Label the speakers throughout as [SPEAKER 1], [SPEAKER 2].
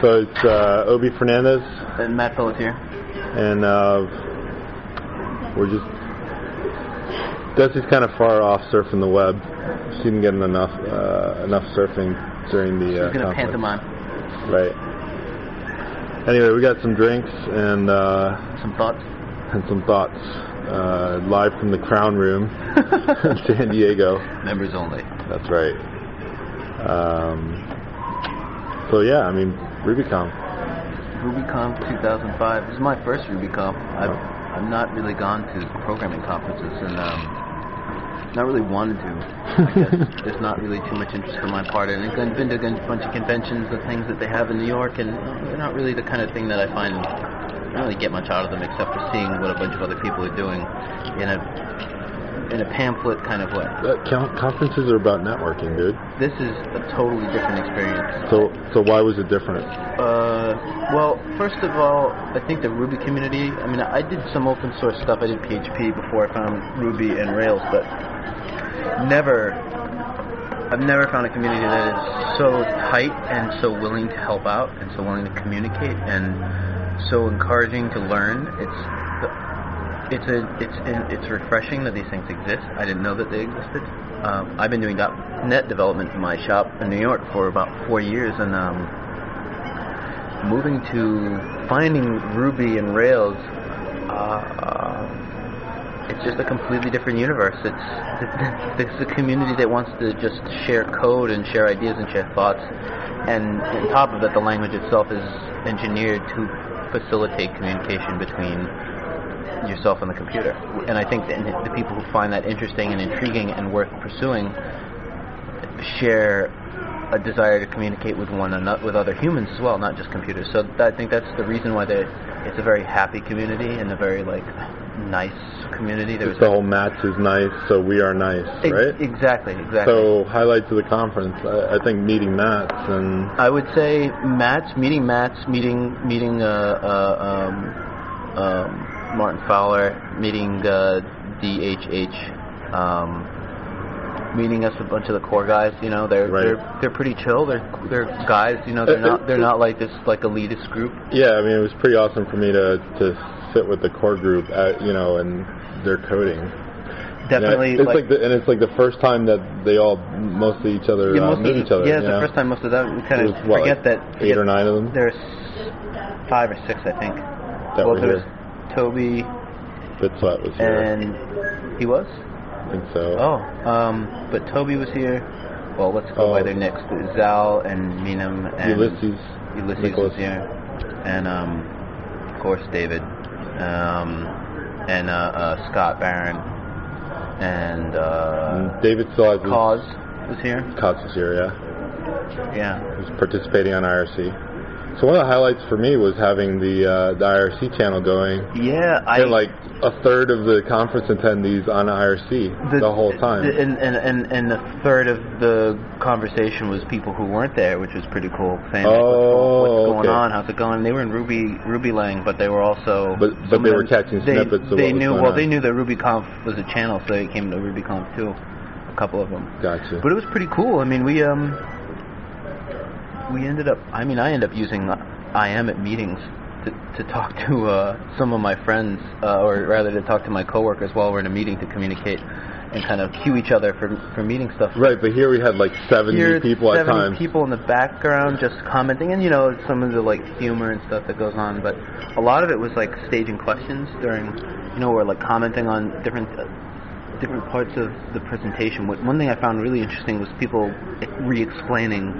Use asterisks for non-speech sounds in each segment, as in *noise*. [SPEAKER 1] So it's uh, Obi Fernandez,
[SPEAKER 2] And Matt Pelletier.
[SPEAKER 1] and uh, we're just. Desi's kind of far off surfing the web. She didn't get enough uh, enough surfing during the. Uh,
[SPEAKER 2] He's gonna
[SPEAKER 1] conference.
[SPEAKER 2] pantomime
[SPEAKER 1] Right. Anyway, we got some drinks and uh,
[SPEAKER 2] some thoughts.
[SPEAKER 1] and some thoughts uh, live from the Crown Room,
[SPEAKER 2] *laughs*
[SPEAKER 1] San Diego.
[SPEAKER 2] Members only.
[SPEAKER 1] That's right. Um, so yeah, I mean RubyCon.
[SPEAKER 2] RubyConf 2005. This is my first RubyConf. I've I've not really gone to programming conferences and um, not really wanted to. I *laughs* guess there's not really too much interest on my part. And I've been to a bunch of conventions and things that they have in New York, and they're not really the kind of thing that I find. I don't really get much out of them except for seeing what a bunch of other people are doing in a in a pamphlet kind of way.
[SPEAKER 1] Uh, con- conferences are about networking, dude.
[SPEAKER 2] This is a totally different experience.
[SPEAKER 1] So so why was it different?
[SPEAKER 2] Uh, well, first of all, I think the Ruby community. I mean, I did some open source stuff. I did PHP before I found Ruby and Rails, but never. I've never found a community that is so tight and so willing to help out and so willing to communicate and so encouraging to learn. It's it's a it's an- it's refreshing that these things exist. I didn't know that they existed. Um, I've been doing .NET development in my shop in New York for about four years, and um, moving to finding Ruby and Rails, uh, it's just a completely different universe. It's *laughs* it's a community that wants to just share code and share ideas and share thoughts, and on top of it, the language itself is engineered to facilitate communication between yourself and the computer. And I think that the people who find that interesting and intriguing and worth pursuing share a desire to communicate with one another, with other humans as well, not just computers. So th- I think that's the reason why they it's a very happy community and a very like nice community. There was
[SPEAKER 1] It's the whole match is nice, so we are nice,
[SPEAKER 2] Ex-
[SPEAKER 1] right?
[SPEAKER 2] exactly, exactly.
[SPEAKER 1] So highlights of the conference, I, I think meeting Matt's and
[SPEAKER 2] I would say Matt's meeting Matt's meeting meeting uh, uh, um, um, Martin Fowler meeting uh, DHH um, meeting us with a bunch of the core guys you know they're
[SPEAKER 1] Right.
[SPEAKER 2] they're they're pretty chill they're they're guys you know they're
[SPEAKER 1] Uh, uh,
[SPEAKER 2] not they're not like this like elitist group
[SPEAKER 1] yeah, I mean it was pretty awesome for me to to sit with the core group, at, you know, and their coding.
[SPEAKER 2] definitely
[SPEAKER 1] Yeah, it's like, the, and it's like the first time that they all mostly each other
[SPEAKER 2] yeah,
[SPEAKER 1] uh,
[SPEAKER 2] most of
[SPEAKER 1] meet
[SPEAKER 2] the-
[SPEAKER 1] each other.
[SPEAKER 2] yeah it's
[SPEAKER 1] you know?
[SPEAKER 2] the first time most of that we kind
[SPEAKER 1] It
[SPEAKER 2] of
[SPEAKER 1] was, what, like
[SPEAKER 2] forget that
[SPEAKER 1] eight
[SPEAKER 2] forget-
[SPEAKER 1] or nine of them
[SPEAKER 2] there's five or six I think
[SPEAKER 1] that were
[SPEAKER 2] well there's
[SPEAKER 1] here.
[SPEAKER 2] Toby
[SPEAKER 1] Fitz Sweat was here.
[SPEAKER 2] and he was
[SPEAKER 1] I think so.
[SPEAKER 2] Oh, um, but Toby was here. Well, let's go
[SPEAKER 1] Oh.
[SPEAKER 2] by their next. Zal and Meenum and
[SPEAKER 1] Ulysses.
[SPEAKER 2] Ulysses
[SPEAKER 1] Nicholas.
[SPEAKER 2] was here, and um, of course David, um, and uh, uh, Scott Barron, and uh,
[SPEAKER 1] And David still has his-
[SPEAKER 2] Cause was here.
[SPEAKER 1] Cos was here, yeah.
[SPEAKER 2] Yeah,
[SPEAKER 1] He was participating on IRC. So one of the highlights for me was having the uh, the IRC channel going.
[SPEAKER 2] yeah. I
[SPEAKER 1] and like a third of the conference attendees on IRC the, whole time.
[SPEAKER 2] the- and, and, and, and a third of the conversation was people who weren't there, which was pretty cool. Saying, like, what's go- what's,
[SPEAKER 1] Oh,
[SPEAKER 2] going
[SPEAKER 1] okay.
[SPEAKER 2] on? How's it going? They were in Ruby Ruby Lang, but they were also
[SPEAKER 1] But- but
[SPEAKER 2] some
[SPEAKER 1] they
[SPEAKER 2] of
[SPEAKER 1] were
[SPEAKER 2] them-
[SPEAKER 1] catching
[SPEAKER 2] they-
[SPEAKER 1] snippets of what was
[SPEAKER 2] they knew
[SPEAKER 1] going
[SPEAKER 2] well
[SPEAKER 1] on.
[SPEAKER 2] they knew that RubyConf was a channel, so they came to RubyConf too. A couple of them,
[SPEAKER 1] gotcha.
[SPEAKER 2] but it was pretty cool. I mean, we um we ended up. I mean, I end up using I am at meetings. To, to talk to uh, some of my friends, uh, or rather, to talk to my coworkers while we're in a meeting to communicate and kind of cue each other for for meeting stuff
[SPEAKER 1] right, but here we had like 70
[SPEAKER 2] hear
[SPEAKER 1] people at
[SPEAKER 2] 70
[SPEAKER 1] times.
[SPEAKER 2] people in the background just commenting, and you know some of the like humor and stuff that goes on. But a lot of it was like staging questions during, you know, or like commenting on different uh, different parts of the presentation. What, one thing I found really interesting was people re-explaining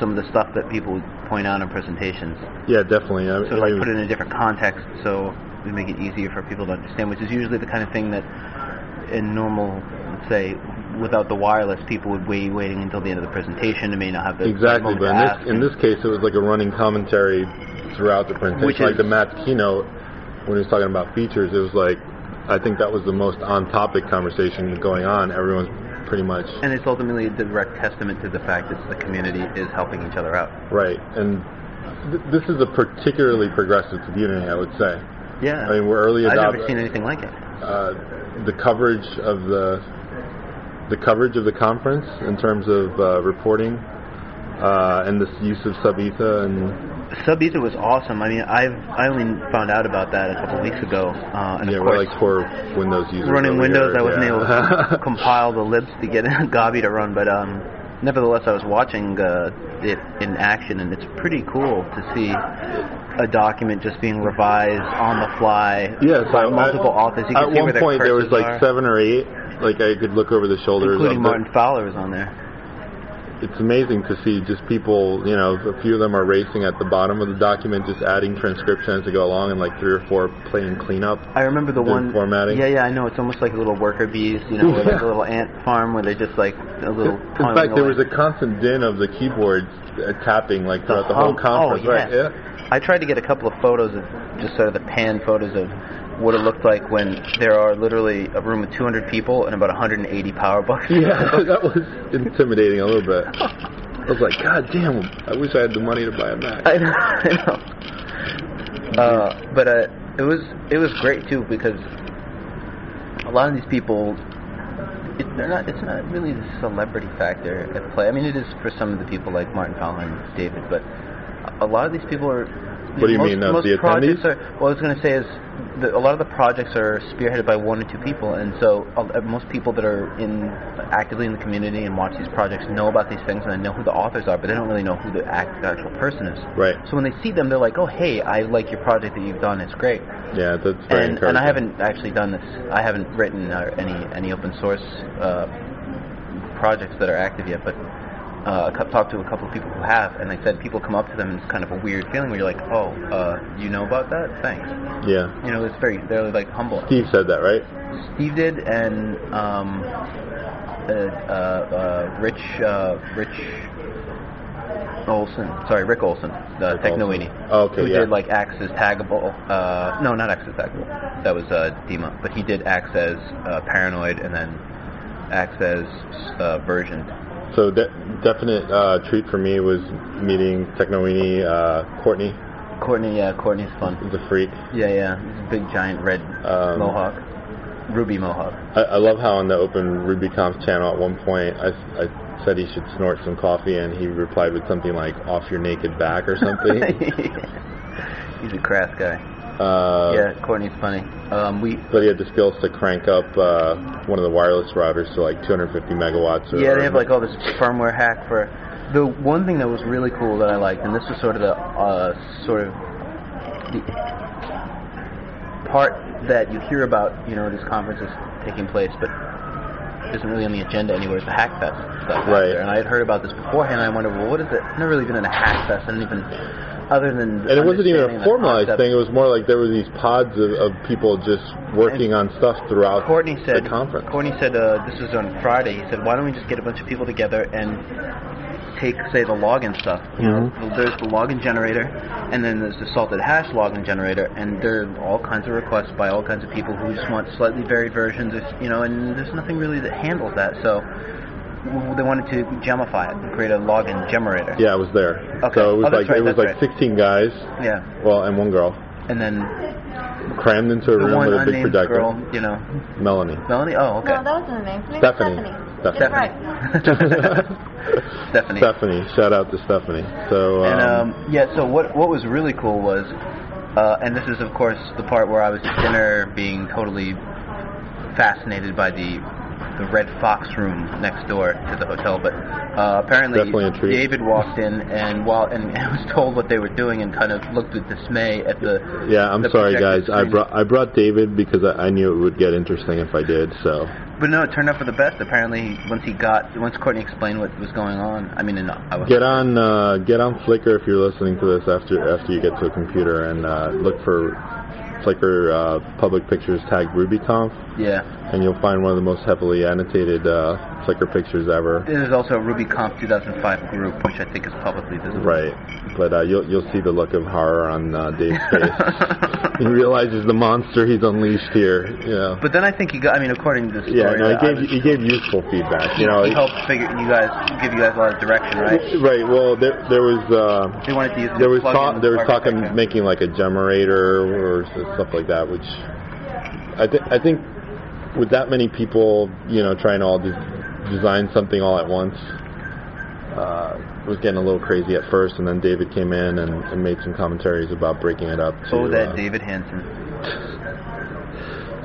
[SPEAKER 2] some of the stuff that people would point out in presentations
[SPEAKER 1] Yeah, definitely. I
[SPEAKER 2] so like
[SPEAKER 1] mean,
[SPEAKER 2] put it in a different context so we make it easier for people to understand which is usually the kind of thing that in normal let's say without the wireless people would be waiting until the end of the presentation and may not have the
[SPEAKER 1] Exactly,
[SPEAKER 2] moment
[SPEAKER 1] but
[SPEAKER 2] to
[SPEAKER 1] in
[SPEAKER 2] ask.
[SPEAKER 1] this in this case, it was like a running commentary throughout the presentation.
[SPEAKER 2] Which
[SPEAKER 1] like
[SPEAKER 2] is-
[SPEAKER 1] the Matt's keynote, when he was talking about features, it was like I think that was the most on-topic conversation going on. Everyone's pretty much
[SPEAKER 2] and it's ultimately a direct testament to the fact that the community is helping each other out
[SPEAKER 1] right, and th- this is a particularly progressive community, I would say.
[SPEAKER 2] yeah
[SPEAKER 1] I mean, we're early
[SPEAKER 2] have
[SPEAKER 1] adopters.
[SPEAKER 2] never seen anything like it
[SPEAKER 1] uh, the coverage of the the coverage of the conference in terms of uh, reporting uh, and this use of Subetha and
[SPEAKER 2] Subether was awesome. I mean, I've I only found out about that a couple weeks ago, uh, and
[SPEAKER 1] yeah,
[SPEAKER 2] of
[SPEAKER 1] we're
[SPEAKER 2] course,
[SPEAKER 1] like poor Windows users.
[SPEAKER 2] running
[SPEAKER 1] over
[SPEAKER 2] Windows,
[SPEAKER 1] here.
[SPEAKER 2] I wasn't
[SPEAKER 1] Yeah.
[SPEAKER 2] able
[SPEAKER 1] *laughs*
[SPEAKER 2] to *laughs* compile the libs to get *laughs* Gabi to run, but um, nevertheless, I was watching uh, it in action, and it's pretty cool to see a document just being revised on the fly
[SPEAKER 1] Yeah, so
[SPEAKER 2] by
[SPEAKER 1] I-
[SPEAKER 2] multiple authors. You can
[SPEAKER 1] At
[SPEAKER 2] see
[SPEAKER 1] one
[SPEAKER 2] where their
[SPEAKER 1] point, there was
[SPEAKER 2] cursors
[SPEAKER 1] like
[SPEAKER 2] are,
[SPEAKER 1] seven or eight. Like I could look over the shoulders.
[SPEAKER 2] including
[SPEAKER 1] of the-
[SPEAKER 2] Martin Fowler was on there.
[SPEAKER 1] It's amazing to see just people. You know, a few of them are racing at the bottom of the document, just adding transcription as they go along, and like three or four are playing cleanup.
[SPEAKER 2] I remember the
[SPEAKER 1] Doing
[SPEAKER 2] one
[SPEAKER 1] formatting.
[SPEAKER 2] Yeah, yeah, I know. It's almost like little worker bees, you
[SPEAKER 1] *laughs*
[SPEAKER 2] know, or like
[SPEAKER 1] Yeah.
[SPEAKER 2] a little ant farm where they're just like a little.
[SPEAKER 1] In
[SPEAKER 2] pawing
[SPEAKER 1] fact, there
[SPEAKER 2] away.
[SPEAKER 1] was a constant din of the keyboards uh, tapping like throughout the whole
[SPEAKER 2] hum- oh,
[SPEAKER 1] conference.
[SPEAKER 2] yeah.
[SPEAKER 1] Right? Yeah.
[SPEAKER 2] I tried to get a couple of photos of just sort of the pan photos of what it looked like when there are literally a room of 200 people and about 180 power bucks.
[SPEAKER 1] Yeah, *laughs* that was intimidating a little bit. I was like, God damn, I wish I had the money to buy a Mac.
[SPEAKER 2] *laughs* I know. I know. Uh, but uh, it was it was great too because a lot of these people, it, they're not. It's not really the celebrity factor at play. I mean, it is for some of the people like Martin Fowler and David, but a lot of these people are.
[SPEAKER 1] What do you
[SPEAKER 2] most-
[SPEAKER 1] mean, uh,
[SPEAKER 2] most
[SPEAKER 1] the
[SPEAKER 2] projects
[SPEAKER 1] attendees?
[SPEAKER 2] Are, what I was going to say is, the, a lot of the projects are spearheaded by one or two people, and so uh, most people that are in actively in the community and watch these projects know about these things and they know who the authors are, but they don't really know who the act, actual person is.
[SPEAKER 1] Right.
[SPEAKER 2] So when they see them, they're like, "Oh, hey, I like your project that you've done. It's great."
[SPEAKER 1] Yeah, that's very
[SPEAKER 2] And
[SPEAKER 1] encouraging.
[SPEAKER 2] and I haven't actually done this. I haven't written uh, any any open source uh, projects that are active yet, but. Uh, I cu- talked to a couple of people who have, and they said people come up to them, and it's kind of a weird feeling where you're like, "Oh, uh, you know about that? Thanks."
[SPEAKER 1] Yeah.
[SPEAKER 2] You know, it's very they're like humble.
[SPEAKER 1] Steve said that, right?
[SPEAKER 2] Steve did, and um, uh, uh, uh, Rich uh, Rich Olson. Sorry, Rick Olson, the
[SPEAKER 1] Rick
[SPEAKER 2] Technoini.
[SPEAKER 1] Olson. Oh, okay,
[SPEAKER 2] who
[SPEAKER 1] yeah.
[SPEAKER 2] did like acts as taggable? Uh, no, not acts as taggable. That was uh, Dima, but he did acts as uh, paranoid, and then acts as uh, version.
[SPEAKER 1] So de- definite uh, treat for me was meeting Technoini, uh, Courtney,
[SPEAKER 2] Courtney, yeah, Courtney's fun.
[SPEAKER 1] the freak.
[SPEAKER 2] Yeah, yeah, big giant red
[SPEAKER 1] Um,
[SPEAKER 2] mohawk, ruby mohawk.
[SPEAKER 1] I, I love how on the open RubyConf channel at one point I, I said he should snort some coffee and he replied with something like "off your naked back" or
[SPEAKER 2] *laughs*
[SPEAKER 1] something.
[SPEAKER 2] He's a crass guy.
[SPEAKER 1] uh,
[SPEAKER 2] yeah, Courtney's funny. Um, we
[SPEAKER 1] But he had the skills to crank up uh, one of the wireless routers to like 250 megawatts. Or,
[SPEAKER 2] yeah, they have like all this firmware hack for. The one thing that was really cool that I liked, and this was sort of the uh, sort of the part that you hear about, you know, this conference is taking place, but isn't really on the agenda anywhere. It's a hack fest stuff, out
[SPEAKER 1] Right.
[SPEAKER 2] There. And I had heard about this beforehand. and I wondered, well, what is it? I've never really been in a hack fest, and even other than
[SPEAKER 1] and it wasn't even a formalized
[SPEAKER 2] thing.
[SPEAKER 1] thing. It was more like there were these pods of, of people just working on stuff throughout
[SPEAKER 2] Courtney said.
[SPEAKER 1] the conference.
[SPEAKER 2] Courtney said uh, this was on Friday. He said, "Why don't we just get a bunch of people together and take, say, the login stuff? You know, there's the login generator, and then there's the salted hash login generator, and there are all kinds of requests by all kinds of people who just want slightly varied versions. Of, you know, and there's nothing really that handles that. So w- they wanted to gemify it, create a login generator.
[SPEAKER 1] Yeah, I was there.
[SPEAKER 2] Okay.
[SPEAKER 1] So it was
[SPEAKER 2] Oh, that's
[SPEAKER 1] like
[SPEAKER 2] right,
[SPEAKER 1] it was
[SPEAKER 2] that's
[SPEAKER 1] like
[SPEAKER 2] right.
[SPEAKER 1] 16 guys,
[SPEAKER 2] Yeah,
[SPEAKER 1] well, and one girl
[SPEAKER 2] and then
[SPEAKER 1] crammed into a
[SPEAKER 2] the
[SPEAKER 1] room
[SPEAKER 2] one
[SPEAKER 1] with a big
[SPEAKER 2] unnamed
[SPEAKER 1] projector.
[SPEAKER 2] girl, you know, *laughs*
[SPEAKER 1] Melanie. *laughs*
[SPEAKER 2] Melanie. Oh, okay.
[SPEAKER 3] No, that wasn't the name. Her name was
[SPEAKER 1] Stephanie.
[SPEAKER 3] Stephanie. That's right.
[SPEAKER 2] Stephanie.
[SPEAKER 1] Stephanie. Shout out to Stephanie. So um,
[SPEAKER 2] And um, yeah, so what what was really cool was, uh, and this is of course the part where I was at dinner being totally fascinated by the the red fox room next door to the hotel. But uh, apparently
[SPEAKER 1] Definitely a treat.
[SPEAKER 2] David walked in and while and *laughs* was told what they were doing and kind of looked with dismay at the
[SPEAKER 1] yeah, I'm
[SPEAKER 2] um, the
[SPEAKER 1] sorry guys.
[SPEAKER 2] projected
[SPEAKER 1] I
[SPEAKER 2] screen.
[SPEAKER 1] brought I brought David because I, I knew it would get interesting if I did. So
[SPEAKER 2] But no, it turned out for the best. Apparently, once he got once Courtney explained what was going on, I mean, and I was
[SPEAKER 1] Get on, uh, get on Flickr if you're listening to this after after you get to a computer, and uh, look for Flickr uh, public pictures tag RubyConf,
[SPEAKER 2] yeah.
[SPEAKER 1] and you'll find one of the most heavily annotated uh, Flicker pictures ever.
[SPEAKER 2] There's also a RubyConf 2005 group, which I think is publicly visible.
[SPEAKER 1] Right, but uh, you'll you'll see the look of horror on uh, Dave's
[SPEAKER 2] *laughs*
[SPEAKER 1] face. he realizes the monster he's unleashed here. Yeah,
[SPEAKER 2] *laughs* But then I think he got. I mean, according to the story,
[SPEAKER 1] yeah. No,
[SPEAKER 2] I
[SPEAKER 1] he gave
[SPEAKER 2] was-
[SPEAKER 1] he gave useful feedback. You
[SPEAKER 2] *laughs*
[SPEAKER 1] know,
[SPEAKER 2] he helped figure you guys, give you guys a lot of direction, right?
[SPEAKER 1] right. Well, there there was. Uh,
[SPEAKER 2] They wanted to use
[SPEAKER 1] There was
[SPEAKER 2] plugin
[SPEAKER 1] talk. There was talk
[SPEAKER 2] architecture.
[SPEAKER 1] of making like a generator or s- stuff like that, which I think I think with that many people, you know, trying to all de- design something all at once, uh, was getting a little crazy at first, and then David came in and, and made some commentaries about breaking it up. To,
[SPEAKER 2] Oh, that
[SPEAKER 1] uh,
[SPEAKER 2] David Hanson.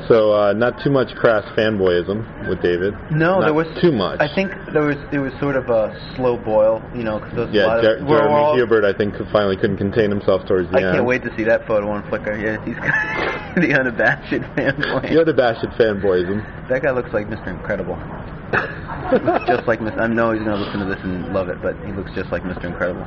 [SPEAKER 1] So uh, not too much crass fanboyism with David.
[SPEAKER 2] No,
[SPEAKER 1] Not
[SPEAKER 2] there was
[SPEAKER 1] too much.
[SPEAKER 2] I think there was it was sort of a slow boil, you know, because there was a
[SPEAKER 1] Yeah,
[SPEAKER 2] lot
[SPEAKER 1] Jer-
[SPEAKER 2] of. we're
[SPEAKER 1] Jeremy
[SPEAKER 2] all-
[SPEAKER 1] Hubert, I think, finally couldn't contain himself towards the
[SPEAKER 2] I
[SPEAKER 1] end.
[SPEAKER 2] can't wait to see that photo on Flickr. Yeah, he's got *laughs* the unabashed fanboy.
[SPEAKER 1] The other bash at fanboyism.
[SPEAKER 2] That guy looks like Mr.
[SPEAKER 1] *laughs*
[SPEAKER 2] Incredible. looks just like Mr. I know he's gonna listen to this and love it, but he looks just like Mr. Incredible.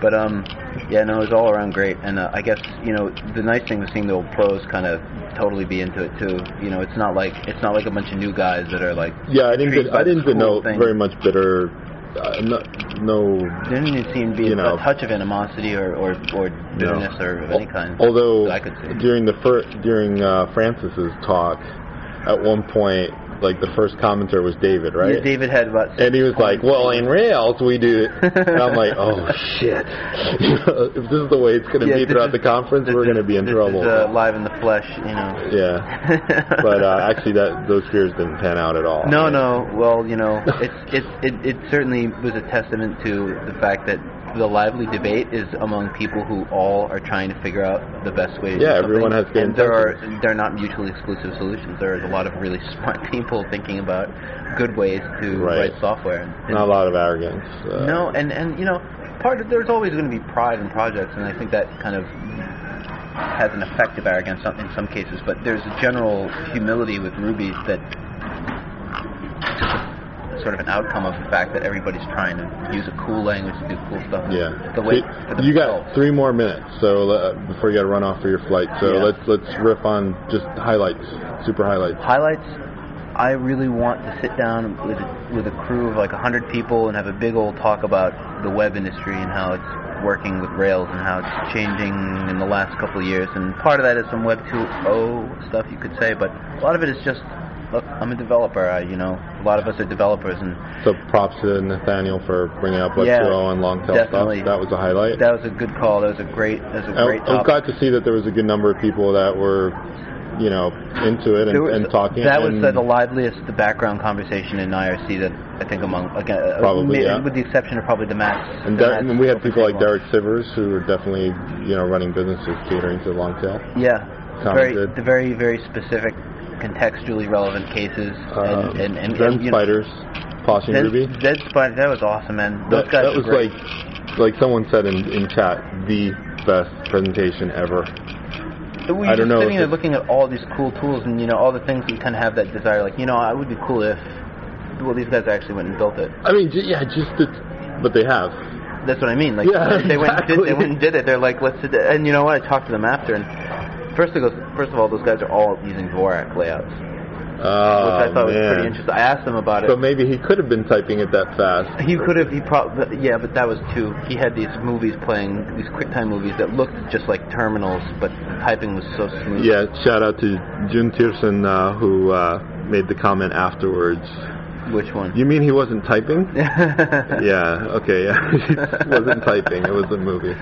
[SPEAKER 2] But um, yeah, no, it was all around great, and uh, I guess you know the nice thing was seeing the old pros kind of totally be into it too. You know, it's not like it's not like a bunch of new guys that are like
[SPEAKER 1] Yeah, I didn't.
[SPEAKER 2] Intrigued
[SPEAKER 1] Get,
[SPEAKER 2] by
[SPEAKER 1] I didn't
[SPEAKER 2] this
[SPEAKER 1] get
[SPEAKER 2] cool
[SPEAKER 1] no
[SPEAKER 2] thing.
[SPEAKER 1] very much bitter. Uh, no, no.
[SPEAKER 2] there didn't even seem to be
[SPEAKER 1] You know.
[SPEAKER 2] a touch of animosity or or, or bitterness or of any kind.
[SPEAKER 1] Although
[SPEAKER 2] that I could see.
[SPEAKER 1] during the fir- during uh, Francis's talk, at one point, like the first commenter was David, right?
[SPEAKER 2] Yeah, David had about six
[SPEAKER 1] And he was like,
[SPEAKER 2] points.
[SPEAKER 1] "Well, in Rails we
[SPEAKER 2] *laughs*
[SPEAKER 1] do," and I'm like, "Oh shit! *laughs* if this is the way it's going to
[SPEAKER 2] Yeah,
[SPEAKER 1] be
[SPEAKER 2] this
[SPEAKER 1] throughout
[SPEAKER 2] is-
[SPEAKER 1] the conference,
[SPEAKER 2] this
[SPEAKER 1] we're going to
[SPEAKER 2] is-
[SPEAKER 1] be in
[SPEAKER 2] this
[SPEAKER 1] trouble."
[SPEAKER 2] Is, uh, live in the flesh, you know.
[SPEAKER 1] yeah, *laughs* but uh, actually, that those fears didn't pan out at all.
[SPEAKER 2] No,
[SPEAKER 1] Right?
[SPEAKER 2] no. Well, you know, it's it's it, it certainly was a testament to the fact that the lively debate is among people who all are trying to figure out the best way. To do
[SPEAKER 1] Yeah,
[SPEAKER 2] something.
[SPEAKER 1] everyone has good
[SPEAKER 2] And there are there are not mutually exclusive solutions. There is a lot of really *laughs* smart people thinking about good ways to
[SPEAKER 1] Right.
[SPEAKER 2] write software. And,
[SPEAKER 1] not a lot of arrogance. Uh,
[SPEAKER 2] no, and and you know, part of, there's always going to be pride in projects, and I think that kind of has an effect of arrogance some- in some cases. But there's a general humility with Ruby that sort of an outcome of the fact that everybody's trying to use a cool language to do cool stuff.
[SPEAKER 1] Yeah.
[SPEAKER 2] The way
[SPEAKER 1] So
[SPEAKER 2] for the
[SPEAKER 1] you
[SPEAKER 2] results.
[SPEAKER 1] got three more minutes, so uh, before you got to run off for your flight. So
[SPEAKER 2] Yeah.
[SPEAKER 1] let's let's riff on just highlights, super highlights.
[SPEAKER 2] highlights. I really want to sit down with with a crew of like hundred people and have a big old talk about the web industry and how it's working with Rails and how it's changing in the last couple of years. And part of that is some Web 2.0 stuff you could say, but a lot of it is just look. I'm a developer. I, you know, a lot of us are developers, and
[SPEAKER 1] So props to Nathaniel for bringing up Web
[SPEAKER 2] Yeah,
[SPEAKER 1] 2.0 and long tail
[SPEAKER 2] definitely.
[SPEAKER 1] stuff. That was a highlight.
[SPEAKER 2] that was a good call. That was a great. That was a
[SPEAKER 1] I,
[SPEAKER 2] great.
[SPEAKER 1] I was
[SPEAKER 2] topic.
[SPEAKER 1] glad to see that there was a good number of people that were, you know, into it and,
[SPEAKER 2] There was-
[SPEAKER 1] and talking.
[SPEAKER 2] That
[SPEAKER 1] and,
[SPEAKER 2] was the, the liveliest the background conversation in IRC that I think among again uh,
[SPEAKER 1] Probably,
[SPEAKER 2] mi-
[SPEAKER 1] yeah.
[SPEAKER 2] with the exception of probably the Max.
[SPEAKER 1] and
[SPEAKER 2] the
[SPEAKER 1] that,
[SPEAKER 2] Max
[SPEAKER 1] and we had
[SPEAKER 2] open
[SPEAKER 1] people like
[SPEAKER 2] table.
[SPEAKER 1] Derek Sivers who were definitely, you know, running businesses catering to long tail.
[SPEAKER 2] Yeah, very
[SPEAKER 1] Commented.
[SPEAKER 2] the very very specific, contextually relevant cases
[SPEAKER 1] Uh,
[SPEAKER 2] and and, and,
[SPEAKER 1] Zen
[SPEAKER 2] and you know,
[SPEAKER 1] Spiders, Posh and
[SPEAKER 2] Zen-
[SPEAKER 1] Ruby.
[SPEAKER 2] Zen Spider, that was awesome, man.
[SPEAKER 1] That,
[SPEAKER 2] Those guys
[SPEAKER 1] that
[SPEAKER 2] were
[SPEAKER 1] was
[SPEAKER 2] great.
[SPEAKER 1] like, like someone said in, in chat, the best presentation ever.
[SPEAKER 2] we were
[SPEAKER 1] I don't
[SPEAKER 2] just
[SPEAKER 1] know
[SPEAKER 2] sitting
[SPEAKER 1] if
[SPEAKER 2] there
[SPEAKER 1] it-
[SPEAKER 2] looking at all these cool tools and you know all the things that you kind of have that desire. Like you know, I would be cool if well these guys actually went and built it.
[SPEAKER 1] I mean, j- yeah, just the, but they have.
[SPEAKER 2] That's what I mean. Like
[SPEAKER 1] Yeah,
[SPEAKER 2] they went and did,
[SPEAKER 1] exactly.
[SPEAKER 2] they went and did it. They're like, let's. do that. And you know what? I talked to them after, and first it goes. First of all, those guys are all using Dvorak layouts, which
[SPEAKER 1] Oh,
[SPEAKER 2] I thought was
[SPEAKER 1] man.
[SPEAKER 2] pretty interesting. I asked them about it.
[SPEAKER 1] So maybe he could have been typing it that fast.
[SPEAKER 2] He could have. He probably. Yeah, but that was too. He had these movies playing, these QuickTime movies that looked just like terminals, but the typing was so smooth.
[SPEAKER 1] Yeah, shout out to June Tiersen, uh, who uh, made the comment afterwards.
[SPEAKER 2] Which one? *laughs*
[SPEAKER 1] You mean he wasn't typing? yeah. Okay. Yeah. *laughs* He wasn't typing. It was a movie.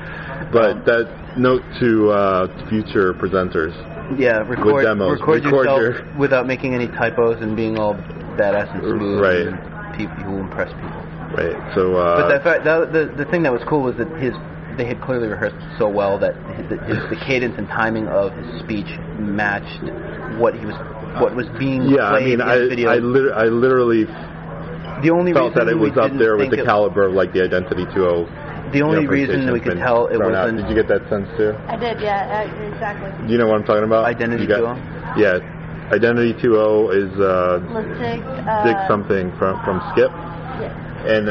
[SPEAKER 1] But that note to uh, future presenters.
[SPEAKER 2] yeah. Record.
[SPEAKER 1] demos.
[SPEAKER 2] Record,
[SPEAKER 1] Record
[SPEAKER 2] yourself
[SPEAKER 1] your-
[SPEAKER 2] without making any typos and being all badass and smooth.
[SPEAKER 1] Right.
[SPEAKER 2] And people who impress people.
[SPEAKER 1] Right. So. Uh,
[SPEAKER 2] But the, fact, that, the the thing that was cool was that his they had clearly rehearsed so well that his, that his, the cadence and timing of his speech matched what he was what was being
[SPEAKER 1] yeah. I
[SPEAKER 2] played
[SPEAKER 1] mean,
[SPEAKER 2] in
[SPEAKER 1] I
[SPEAKER 2] the video.
[SPEAKER 1] I, lit- I literally
[SPEAKER 2] the only
[SPEAKER 1] felt
[SPEAKER 2] reason
[SPEAKER 1] that it
[SPEAKER 2] we
[SPEAKER 1] was up
[SPEAKER 2] didn't
[SPEAKER 1] there with
[SPEAKER 2] think
[SPEAKER 1] the
[SPEAKER 2] it-
[SPEAKER 1] caliber of like the Identity 2.0.
[SPEAKER 2] The
[SPEAKER 1] you know,
[SPEAKER 2] only reason that
[SPEAKER 1] presentation's
[SPEAKER 2] we could
[SPEAKER 1] been
[SPEAKER 2] tell it
[SPEAKER 1] thrown out.
[SPEAKER 2] wasn't
[SPEAKER 1] Did you get that sense too?
[SPEAKER 3] I did, yeah, uh, exactly.
[SPEAKER 1] Do you know what I'm talking about?
[SPEAKER 2] Identity
[SPEAKER 1] You
[SPEAKER 2] oh?
[SPEAKER 1] got-
[SPEAKER 2] 2.0?
[SPEAKER 1] Yeah. Identity 2.0 is uh,
[SPEAKER 3] Lustig, uh,
[SPEAKER 1] Dick something from from Skip,
[SPEAKER 3] yeah.
[SPEAKER 1] and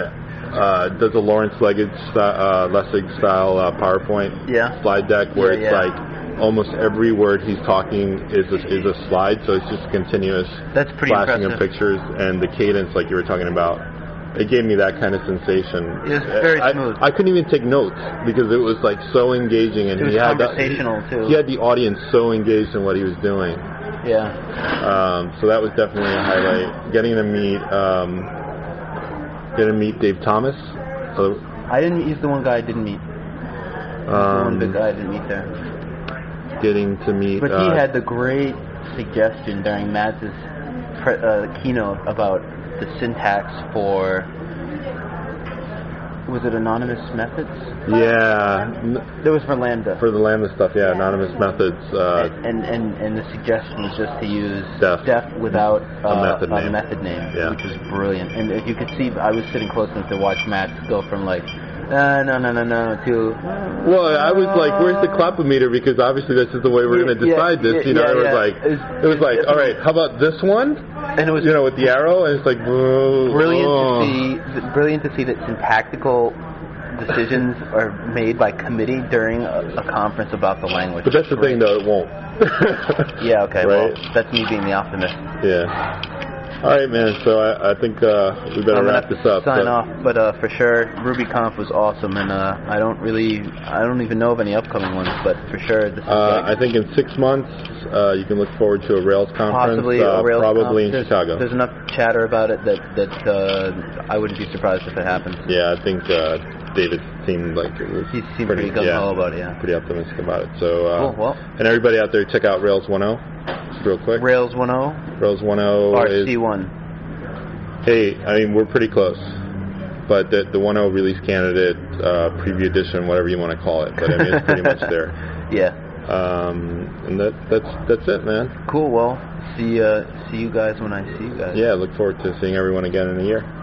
[SPEAKER 1] uh, does a Lawrence Leggett sty- uh, Lessig style uh, PowerPoint
[SPEAKER 2] Yeah.
[SPEAKER 1] slide deck where
[SPEAKER 2] Yeah,
[SPEAKER 1] it's
[SPEAKER 2] yeah.
[SPEAKER 1] like almost every word he's talking is a, is a slide, so it's just continuous
[SPEAKER 2] That's pretty
[SPEAKER 1] flashing
[SPEAKER 2] impressive.
[SPEAKER 1] of pictures and the cadence like you were talking about. It gave me that kind of sensation.
[SPEAKER 2] It was very
[SPEAKER 1] I,
[SPEAKER 2] smooth.
[SPEAKER 1] I couldn't even take notes because it was like so engaging, and
[SPEAKER 2] It was
[SPEAKER 1] he had
[SPEAKER 2] conversational,
[SPEAKER 1] that,
[SPEAKER 2] too.
[SPEAKER 1] He had the audience so engaged in what he was doing.
[SPEAKER 2] Yeah.
[SPEAKER 1] Um, so that was definitely a highlight. Getting to meet, um, getting to meet Dave Thomas. So,
[SPEAKER 2] I didn't. He's the one guy I didn't meet. the one big
[SPEAKER 1] um,
[SPEAKER 2] guy I didn't meet there.
[SPEAKER 1] getting to meet.
[SPEAKER 2] But
[SPEAKER 1] uh,
[SPEAKER 2] he had the great suggestion during Matt's pre- uh, keynote about the syntax for was it anonymous methods?
[SPEAKER 1] Yeah, n-
[SPEAKER 2] There was for Lambda.
[SPEAKER 1] for the Lambda stuff, yeah,
[SPEAKER 3] Yeah.
[SPEAKER 1] anonymous methods. Uh,
[SPEAKER 2] and, and and the suggestion was just to use
[SPEAKER 1] Def.
[SPEAKER 2] without uh,
[SPEAKER 1] method
[SPEAKER 2] a
[SPEAKER 1] name.
[SPEAKER 2] method name,
[SPEAKER 1] Yeah.
[SPEAKER 2] which is brilliant. And if you could see, I was sitting close enough to watch Matt go from like, uh, no, no, no, no, to
[SPEAKER 1] well, I was like, "Where's the clapometer?" Because obviously this is the way we're going to
[SPEAKER 2] Yeah,
[SPEAKER 1] decide
[SPEAKER 2] yeah,
[SPEAKER 1] this. You know,
[SPEAKER 2] yeah,
[SPEAKER 1] it was
[SPEAKER 2] yeah.
[SPEAKER 1] like,
[SPEAKER 2] It's-
[SPEAKER 1] it was like, all right, how about this one?
[SPEAKER 2] and it was
[SPEAKER 1] You know, with the arrow, and it's like, uh, whoa,
[SPEAKER 2] brilliant
[SPEAKER 1] oh.
[SPEAKER 2] to see th- brilliant to see that syntactical decisions are made by committee during a, a conference about the language.
[SPEAKER 1] But that's the thing, though, it won't. *laughs*
[SPEAKER 2] Yeah. Okay.
[SPEAKER 1] Right?
[SPEAKER 2] Well, that's me being the optimist.
[SPEAKER 1] yeah. All right, man. So I, I think uh, we better
[SPEAKER 2] I'm gonna
[SPEAKER 1] wrap
[SPEAKER 2] have
[SPEAKER 1] this
[SPEAKER 2] to
[SPEAKER 1] up.
[SPEAKER 2] Sign
[SPEAKER 1] but-
[SPEAKER 2] off, but uh, for sure, RubyConf was awesome, and uh, I don't really, I don't even know of any upcoming ones, but for sure, this is
[SPEAKER 1] Uh, I
[SPEAKER 2] like
[SPEAKER 1] think in six months uh, you can look forward to a Rails conference,
[SPEAKER 2] possibly
[SPEAKER 1] uh,
[SPEAKER 2] a Rails
[SPEAKER 1] probably
[SPEAKER 2] conf.
[SPEAKER 1] in
[SPEAKER 2] there's,
[SPEAKER 1] Chicago.
[SPEAKER 2] There's enough chatter about it that that uh, I wouldn't be surprised if it happens.
[SPEAKER 1] Yeah, I think uh, David seemed like it was
[SPEAKER 2] He seemed pretty, gung ho
[SPEAKER 1] yeah,
[SPEAKER 2] about it. Yeah.
[SPEAKER 1] pretty optimistic about it. So, uh,
[SPEAKER 2] Cool. Well,
[SPEAKER 1] and everybody out there, check out Rails 1.0 real quick.
[SPEAKER 2] Rails oh, 1.0,
[SPEAKER 1] Rails 1.0 is
[SPEAKER 2] RC1.
[SPEAKER 1] hey, I mean we're pretty close, but the the 1.0 release candidate uh, preview edition, whatever you want to call it, but I mean it's pretty much there.
[SPEAKER 2] *laughs* Yeah.
[SPEAKER 1] Um, and that that's that's it, man.
[SPEAKER 2] Cool. Well, see uh, see you guys when I see you guys.
[SPEAKER 1] Yeah, look forward to seeing everyone again in a year.